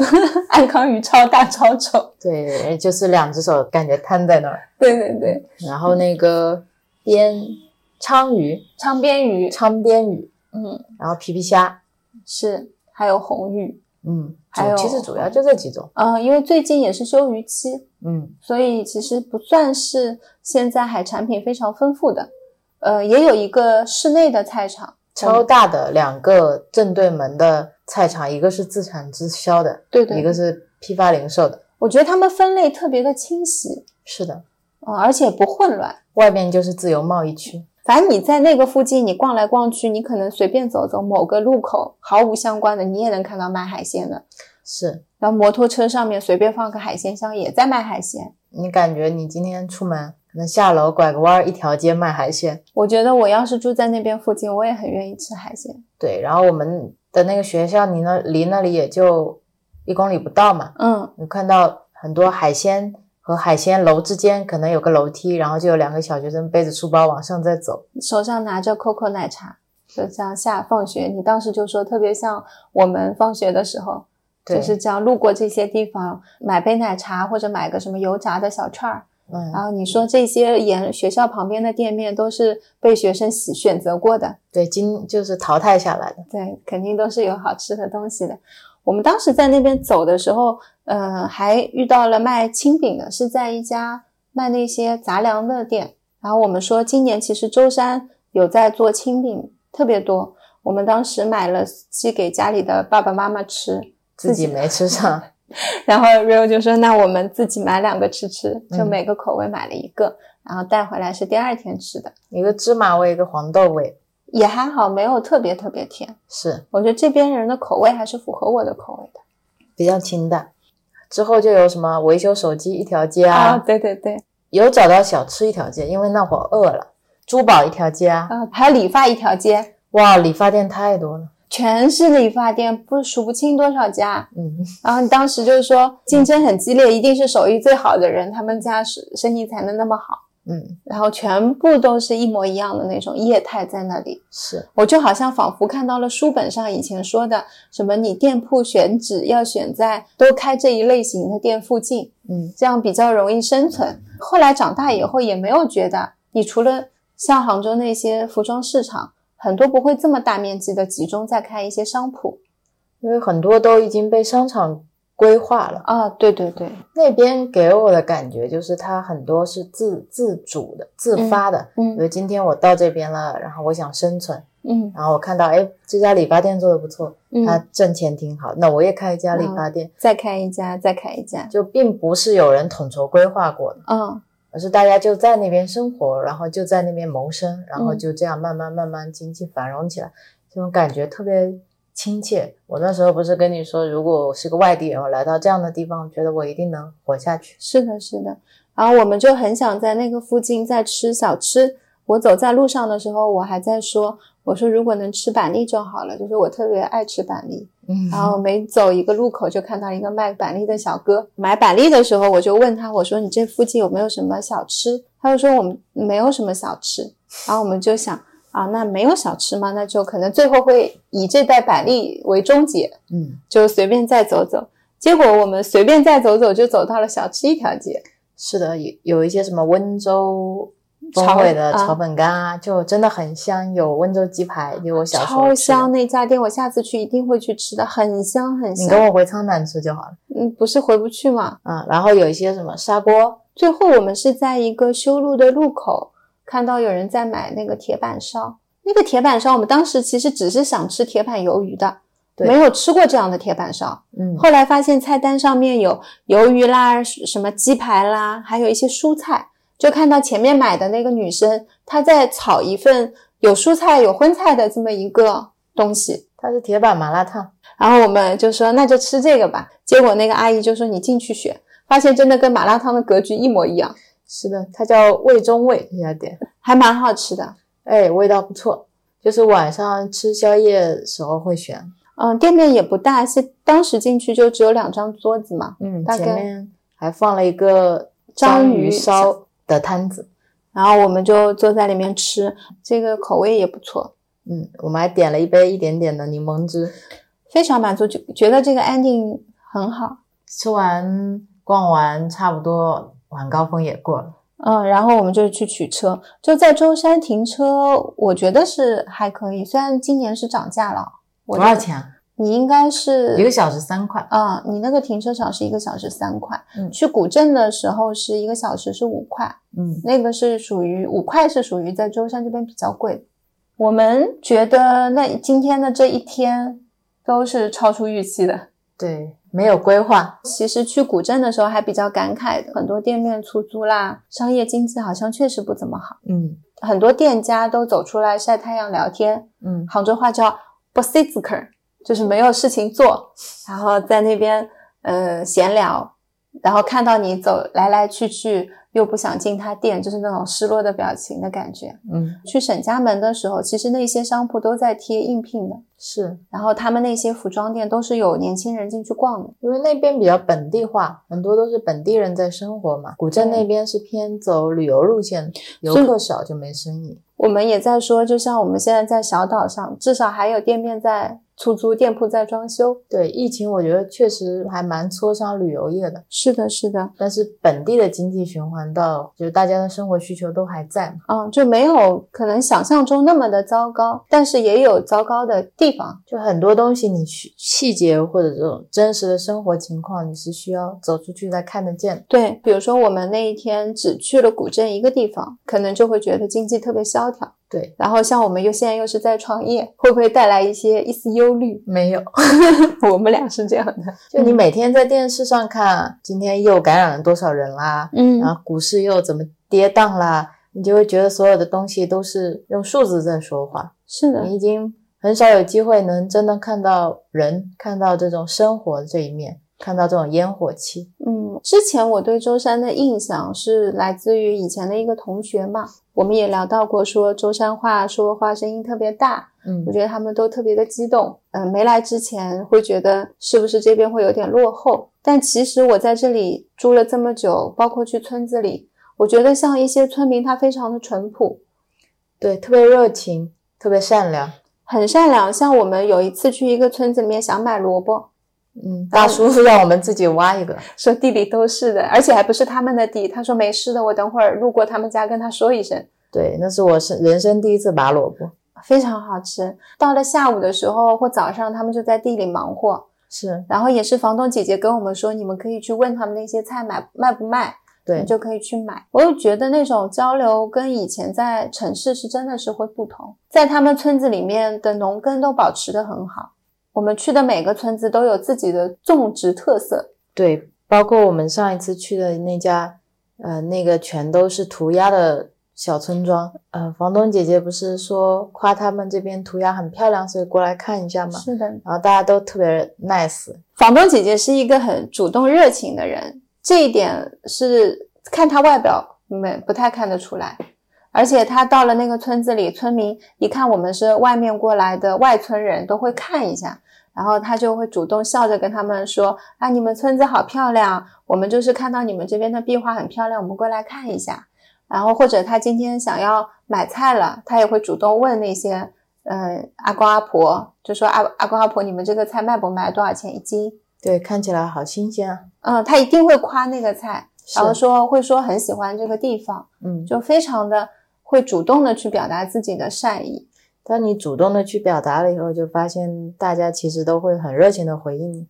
安康鱼超大超丑，
对，就是两只手感觉摊在那儿。
对对对，
然后那个边鲳鱼、
长边鱼，
鲳边鱼，
嗯，
然后皮皮虾，
是，还有红鱼，
嗯，
还有
主其实主要就这几种，
嗯、因为最近也是休渔期，
嗯，
所以其实不算是现在海产品非常丰富的。呃，也有一个室内的菜场，
超大的两个正对门的菜场，一个是自产自销的，
对对
一个是批发零售的，
我觉得他们分类特别的清晰，
是的，
嗯、而且不混乱。
外面就是自由贸易区，
反正你在那个附近，你逛来逛去，你可能随便走走，某个路口毫无相关的，你也能看到卖海鲜的。
是
然后摩托车上面随便放个海鲜箱，也在卖海鲜。
你感觉你今天出门，可能下楼拐个弯儿，一条街卖海鲜，
我觉得我要是住在那边附近，我也很愿意吃海鲜。
对，然后我们的那个学校，离那离那里也就一公里不到嘛，
嗯，
你看到很多海鲜和海鲜楼之间可能有个楼梯，然后就有两个小学生背着书包往上在走。
手上拿着 COCO 奶茶，就像下放学，你当时就说特别像我们放学的时候，
对，
就是这样路过这些地方，买杯奶茶或者买个什么油炸的小串儿。然
嗯，
后你说这些沿学校旁边的店面都是被学生喜选择过的，
对，今就是淘汰下来的，
对，肯定都是有好吃的东西的。我们当时在那边走的时候，呃，还遇到了卖青饼的，是在一家卖那些杂粮的店。然后我们说，今年其实舟山有在做青饼，特别多。我们当时买了寄给家里的爸爸妈妈吃，
自己没吃上。
然后 Rio 就说：“那我们自己买两个吃吃，就
嗯
每个口味买了一个，然后带回来是第二天吃的，
一个芝麻味，一个黄豆味，
也还好，没有特别特别甜。
是
我觉得这边人的口味还是符合我的口味的。”
比较清淡。之后就有什么维修手机一条街
啊，
啊，
对对对，
有找到小吃一条街，因为那会儿饿了。珠宝一条街啊，
啊，还有理发一条街，
哇，理发店太多了。
全是理发店，不数不清多少家。
嗯，
然后你当时就是说竞争很激烈，一定是手艺最好的人，他们家是生意才能那么好。
嗯，
然后全部都是一模一样的那种业态在那里，
是
我就好像仿佛看到了书本上以前说的什么，你店铺选址要选在都开这一类型的店附近，
嗯，
这样比较容易生存。后来长大以后也没有觉得，你除了像杭州那些服装市场，很多不会这么大面积的集中在开一些商铺
因为很多都已经被商场规划了。
啊。对对对，
那边给我的感觉就是它很多是自自主的、自发的。比
嗯
如今天我到这边了，然后我想生存，
嗯
然后我看到哎这家理发店做的不错，它
嗯，
挣钱挺好，那我也开一家理发店，
再开一家，再开一家，
就并不是有人统筹规划过的，
嗯
而是大家就在那边生活，然后就在那边谋生，然后
嗯
就这样慢慢慢慢经济繁荣起来，这种感觉特别亲切。我那时候不是跟你说，如果我是个外地人，我来到这样的地方，觉得我一定能活下去。
是的，是的。然后我们就很想在那个附近再吃小吃。我走在路上的时候，我还在说，我说如果能吃板栗就好了，就是我特别爱吃板栗。
嗯
然后每走一个路口就看到一个卖板栗的小哥。买板栗的时候，我就问他，我说你这附近有没有什么小吃？他就说我们没有什么小吃。然后我们就想啊，那没有小吃吗？那就可能最后会以这袋板栗为终结。
嗯，
就随便再走走。结果我们随便再走走，就走到了小吃一条街。
是的，有有一些什么温州丰伟的
啊
炒粉干啊，就真的很香，有温州鸡排，有我小时候
超
吃的
香那家店，我下次去一定会去吃的，很香很
你跟
香。
我回苍南吃就好了。
嗯，不是回不去嘛。
嗯，然后有一些什么砂锅，
最后我们是在一个修路的路口看到有人在买那个铁板烧，那个铁板烧我们当时其实只是想吃铁板鱿鱼的，
对
没有吃过这样的铁板烧。
嗯，
后来发现菜单上面有鱿鱼啦、什么鸡排啦，还有一些蔬菜。就看到前面买的那个女生，她在炒一份有蔬菜、有荤菜的这么一个东西。
它是铁板麻辣烫，
然后我们就说那就吃这个吧。结果那个阿姨就说你进去选，发现真的跟麻辣烫的格局一模一样，
是的，它叫味中味这家店，
还蛮好吃的。
哎，味道不错，就是晚上吃宵夜时候会选。
嗯，店面也不大，是当时进去就只有两张桌子嘛。
嗯，
大
前
概
面还放了一个
章鱼
鱼烧的摊子。
然后我们就坐在里面吃，这个口味也不错，
嗯，我们还点了一杯一点点的柠檬汁。
非常满足，就觉得这个 ending 很好。
吃完逛完，差不多晚高峰也过了。
嗯，然后我们就去取车，就在舟山停车，我觉得是还可以，虽然今年是涨价了。我
多
觉
少
得
钱啊？
你应该是
一个小时三块。
啊、你那个停车场是一个小时三块，
嗯
去古镇的时候是一个小时是五块，
嗯，
那个是属于五块是属于在舟山这边比较贵的。我们觉得那今天的这一天都是超出预期的。
对，没有规划。
其实去古镇的时候还比较感慨的，很多店面出租啦，商业经济好像确实不怎么好，
嗯
很多店家都走出来晒太阳聊天，
嗯，
杭州话叫 b o s i z k e r 就是没有事情做，然后在那边嗯闲聊，然后看到你走来来去去，又不想进他店，就是那种失落的表情的感觉。
嗯，
去沈家门的时候，其实那些商铺都在贴应聘的，
是
然后他们那些服装店都是有年轻人进去逛的。
因为那边比较本地化，很多都是本地人在生活嘛。古镇
对
那边是偏走旅游路线，游
嗯所以
客少就没生意。
我们也在说，就像我们现在在小岛上，至少还有店面在出租，店铺在装修。
对，疫情我觉得确实还蛮挫伤旅游业的。
是的，是的，
但是本地的经济循环到，就是大家的生活需求都还在嘛，
嗯，就没有可能想象中那么的糟糕，但是也有糟糕的地方。
就很多东西你去细节或者这种真实的生活情况，你是需要走出去才看得见。
对，比如说我们那一天只去了古镇一个地方，可能就会觉得经济特别萧条。
对，
然后像我们又现在又是在创业，会不会带来一些一丝忧虑？
没有，
我们俩是这样的，
就你每天在电视上看，今天又感染了多少人啦，
嗯
然后股市又怎么跌宕啦，你就会觉得所有的东西都是用数字在说话，
是的，
你已经很少有机会能真的看到人，看到这种生活的这一面，看到这种烟火气。
嗯，之前我对舟山的印象是来自于以前的一个同学嘛，我们也聊到过，说舟山话说话声音特别大，
嗯
我觉得他们都特别的激动。嗯、没来之前会觉得是不是这边会有点落后，但其实我在这里住了这么久，包括去村子里，我觉得像一些村民，他非常的淳朴，
对，特别热情，特别善良。嗯
很善良。像我们有一次去一个村子里面想买萝卜，
嗯，大叔 让我们自己挖一个，
说地里都是的，而且还不是他们的地，他说没事的，我等会儿路过他们家跟他说一声。
对，那是我是人生第一次拔萝卜，
非常好吃。到了下午的时候或早上，他们就在地里忙活，
是
然后也是房东姐姐跟我们说，你们可以去问他们那些菜买卖不卖，
对
你，就可以去买。我又觉得那种交流跟以前在城市是真的是会不同，在他们村子里面的农耕都保持的很好。我们去的每个村子都有自己的种植特色，
对，包括我们上一次去的那家，呃，那个全都是涂鸦的小村庄，呃，房东姐姐不是说夸他们这边涂鸦很漂亮，所以过来看一下嘛，
是的，
然后大家都特别 nice，
房东姐姐是一个很主动热情的人，这一点是看她外表没不太看得出来。而且她到了那个村子里，村民一看我们是外面过来的外村人，都会看一下，然后她就会主动笑着跟他们说：“啊，你们村子好漂亮，我们就是看到你们这边的壁画很漂亮，我们过来看一下。”然后或者她今天想要买菜了，她也会主动问那些嗯，阿公阿婆就说阿阿公阿婆，你们这个菜卖不卖？多少钱一斤？
对，看起来好新鲜啊，
嗯，他一定会夸那个菜，然后说会说很喜欢这个地方，
嗯，
就非常的会主动的去表达自己的善意。
当你主动的去表达了以后，就发现大家其实都会很热情的回应你。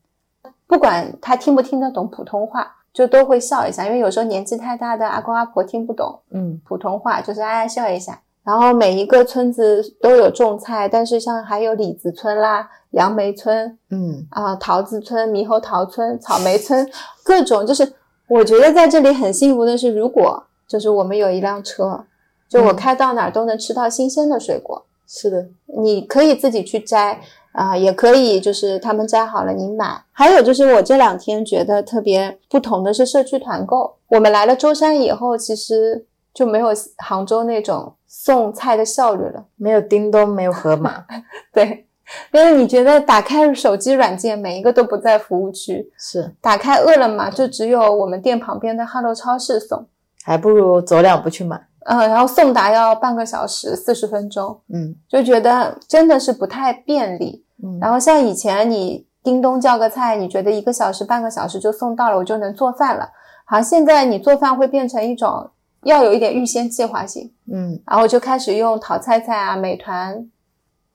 不管他听不听得懂普通话，就都会笑一下，因为有时候年纪太大的阿公阿婆听不懂
嗯
普通话，就是哎哎笑一下。然后每一个村子都有种菜，但是像还有李子村啦、杨梅村
嗯，
啊、桃子村、猕猴桃村、草莓村，各种就是我觉得在这里很幸福的是，如果就是我们有一辆车，就我
嗯
开到哪儿都能吃到新鲜的水果。
是的，
你可以自己去摘啊、也可以就是他们摘好了你买。还有就是我这两天觉得特别不同的是社区团购。我们来了舟山以后，其实就没有杭州那种送菜的效率了。
没有叮咚，没有河马，
对，因为你觉得打开手机软件，每一个都不在服务区，
是，
打开饿了么就只有我们店旁边的 Hello 超市送，
还不如走两步去买。
嗯、然后送达要半个小时四十分钟，
嗯
就觉得真的是不太便利。
嗯，
然后像以前你叮咚叫个菜，你觉得一个小时、半个小时就送到了，我就能做饭了。好，现在你做饭会变成一种要有一点预先计划性，
嗯
然后就开始用淘菜菜啊、美团、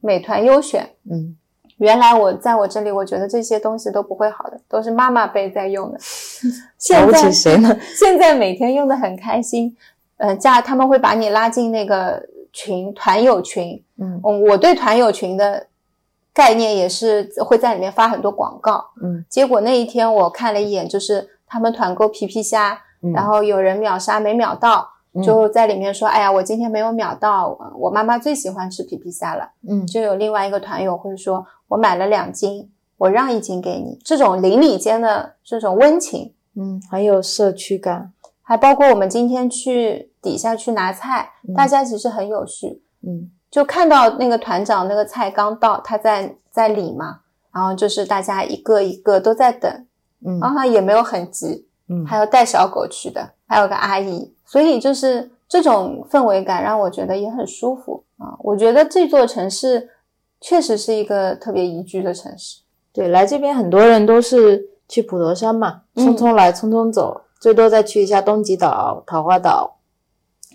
美团优选。
嗯，
原来我在我这里，我觉得这些东西都不会好的，都是妈妈辈在用的。
瞧
现
不
在
起谁 呢？
现在每天用的很开心，呃，加他们会把你拉进那个群团友群，
嗯
嗯，我对团友群的概念也是会在里面发很多广告。
嗯，
结果那一天我看了一眼，就是他们团购皮皮虾，
嗯
然后有人秒杀没秒到，
嗯
就在里面说：“哎呀，我今天没有秒到，我我妈妈最喜欢吃皮皮虾了。”
嗯
就有另外一个团友会说：“我买了两斤，我让一斤给你。”这种邻里间的这种温情，
嗯，很有社区感。
还包括我们今天去底下去拿菜，
嗯
大家其实很有序。
嗯
就看到那个团长那个菜刚到，他在在理嘛，然后就是大家一个一个都在等，
嗯
然后也没有很急，
嗯，
哦还有带小狗去的，还有个阿姨，所以就是这种氛围感让我觉得也很舒服啊。我觉得这座城市确实是一个特别宜居的城市，
对，来这边很多人都是去普陀山嘛，
嗯
匆匆来，匆匆走，最多再去一下东极岛、桃花岛，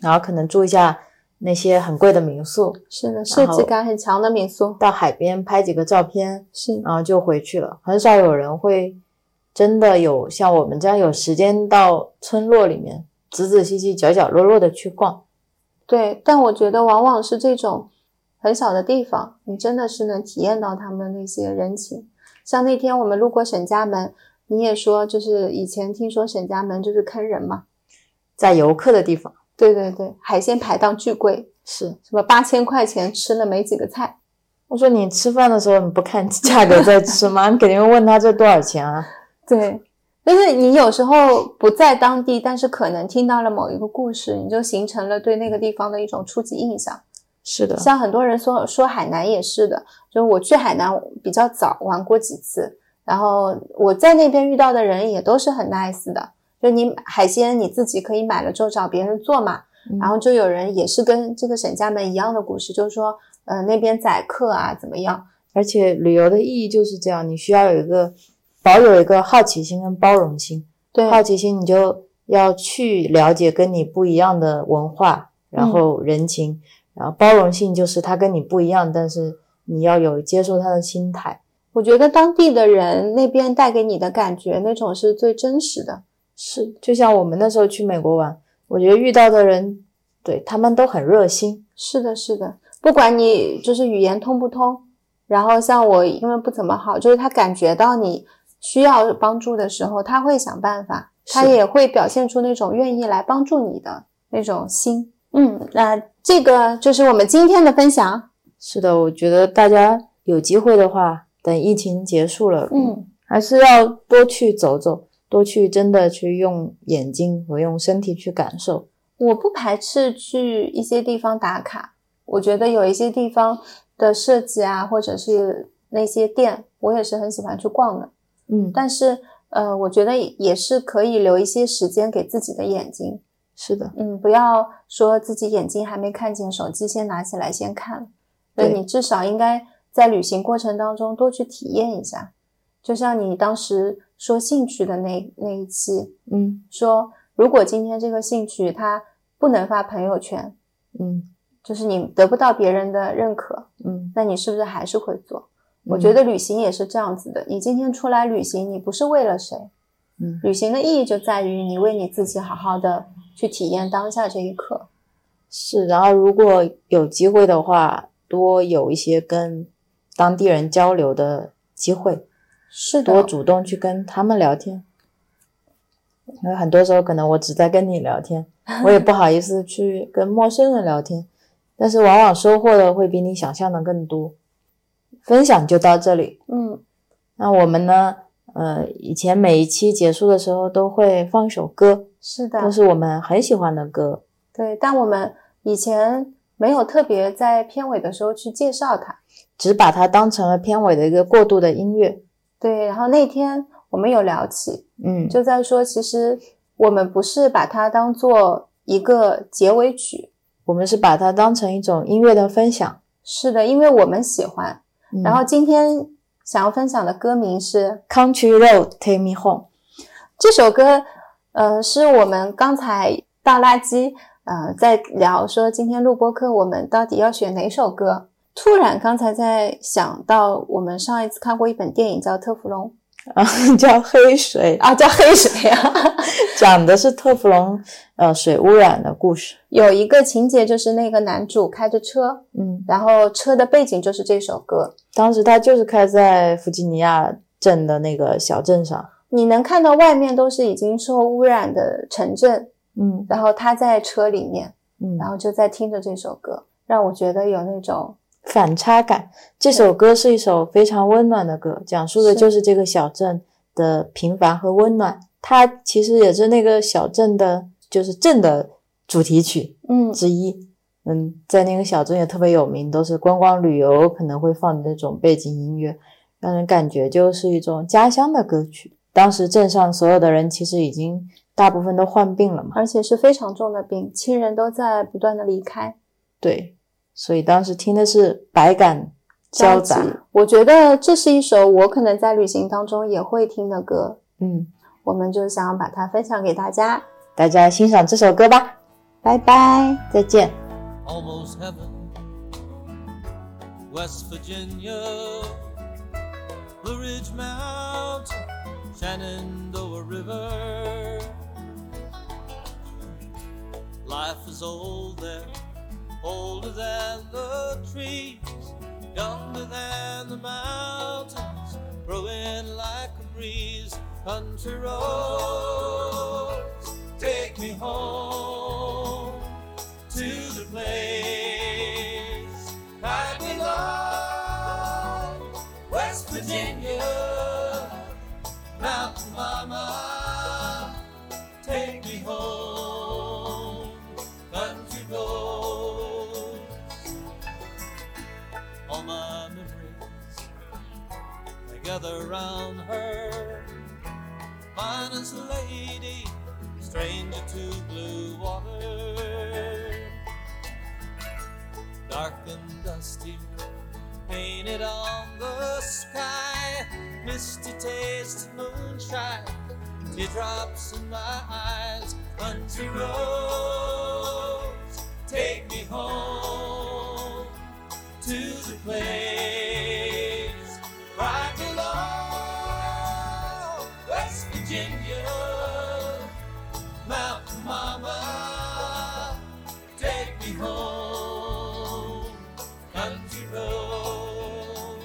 然后可能住一下那些很贵的民宿，
是的，设计感很强的民宿，
到海边拍几个照片，
是
然后就回去了。很少有人会真的有像我们这样有时间到村落里面仔仔细细、角角落落的去逛。
对，但我觉得往往是这种很小的地方，你真的是能体验到他们的那些人情。像那天我们路过沈家门，你也说，就是以前听说沈家门就是坑人嘛，
在游客的地方
对对对，海鲜排档巨贵，
是，
什么八千块钱吃了没几个菜，
我说你吃饭的时候你不看价格再吃吗？你肯定会问他这多少钱啊？
对。但是你有时候不在当地，但是可能听到了某一个故事，你就形成了对那个地方的一种初级印象。
是的，
像很多人说说海南也是的，就是我去海南比较早，玩过几次，然后我在那边遇到的人也都是很 nice 的。就你海鲜你自己可以买了之后找别人做嘛，
嗯
然后就有人也是跟这个沈家门一样的故事，就是说，呃，那边宰客啊怎么样？
而且旅游的意义就是这样，你需要有一个保有一个好奇心跟包容心。
对
好奇心你就要去了解跟你不一样的文化，然后人情，然后包容性就是他跟你不一样，但是你要有接受他的心态。
我觉得当地的人那边带给你的感觉，那种是最真实的。
是，就像我们那时候去美国玩，我觉得遇到的人，对他们都很热心。
是的，是的，不管你就是语言通不通，然后像我英文不怎么好，就是他感觉到你需要帮助的时候，他会想办法，他
是
也会表现出那种愿意来帮助你的那种心。嗯，那这个就是我们今天的分享。
是的，我觉得大家有机会的话，等疫情结束了，
嗯，
还是要多去走走，多去真的去用眼睛和用身体去感受。
我不排斥去一些地方打卡，我觉得有一些地方的设计啊，或者是那些店，我也是很喜欢去逛的。
嗯，
但是呃，我觉得也是可以留一些时间给自己的眼睛，
是的，
嗯，不要说自己眼睛还没看见，手机先拿起来先看。所以
对
你至少应该在旅行过程当中多去体验一下，就像你当时说兴趣的那那一期，
嗯
说如果今天这个兴趣它不能发朋友圈，
嗯
就是你得不到别人的认可，
嗯，
那你是不是还是会做？我觉
得
得旅行也是这样子的。你今天出来旅行，你不是为了谁，
嗯
旅行的意义就在于你为你自己好好的去体验当下这一刻。
是。然后如果有机会的话，多有一些跟当地人交流的机会，
是
多
的，
主动去跟他们聊天。因为很多时候可能我只在跟你聊天，我也不好意思去跟陌生人聊天，但是往往收获的会比你想象的更多。分享就到这里，
嗯
那我们呢？呃，以前每一期结束的时候都会放首歌，
是的，
都是我们很喜欢的歌。
对。但我们以前没有特别在片尾的时候去介绍它。
只把它当成了片尾的一个过渡的音乐。
对，然后那天我们有聊起，
嗯，
就在说，其实我们不是把它当做一个结尾曲，
我们是把它当成一种音乐的分享。
是的，因为我们喜欢。
嗯
然后今天想要分享的歌名是
Country Road Take Me Home，
这首歌，呃，是我们刚才倒垃圾，呃，在聊说今天录播课我们到底要选哪首歌。突然，刚才在想到我们上一次看过一本电影叫《特氟龙
啊， 叫黑水》，
啊，叫《黑水》啊，
讲的是特氟龙呃水污染的故事。
有一个情节就是那个男主开着车，
嗯，
然后车的背景就是这首歌。
当时它就是开在弗吉尼亚镇的那个小镇上。
你能看到外面都是已经受污染的城镇，
嗯
然后他在车里面，
嗯，
然后就在听着这首歌，让我觉得有那种
反差感。这首歌是一首非常温暖的歌，讲述的
是
就是这个小镇的平凡和温暖。它其实也是那个小镇的，就是镇的主题曲
嗯
之一。嗯，在那个小镇也特别有名，都是观光旅游可能会放的那种背景音乐，让人感觉就是一种家乡的歌曲。当时镇上所有的人其实已经大部分都患病了嘛，
而且是非常重的病，亲人都在不断的离开，
对，所以当时听的是百感交
集
杂，。
我觉得这是一首我可能在旅行当中也会听的歌，
嗯，
我们就想把它分享给大家。
大家欣赏这首歌吧，
拜拜。
再见。
almost heaven. West Virginia, Blue Ridge Mountain, Shenandoah River. Life is old there, older than the trees, younger than the mountains, growing like a breeze. Country roads, take me home to the place I belong. West Virginia, Mountain Mama, take me home, country roads. All my memories, they gather round her. Finest lady, stranger to blue water. Dark and dusty, painted on the sky, misty taste of moonshine, teardrops in my eyes. Country roads, take me home to the place where I belong, West Virginia. Mountain Mama, take me home, country roads.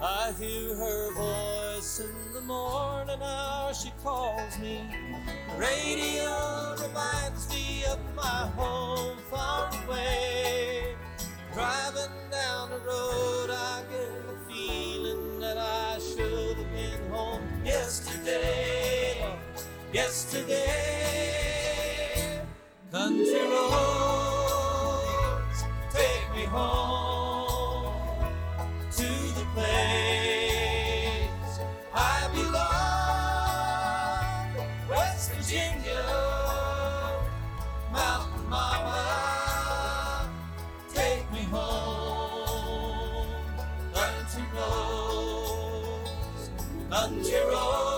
I hear her voice in the morning hour, she calls me. The radio reminds me of my home far away. Driving down the road, I get the feeling that I should have been home yesterday. Yesterday, country roads take me home to the place I belong, West Virginia, Mountain Mama take me home. Country roads, country roads.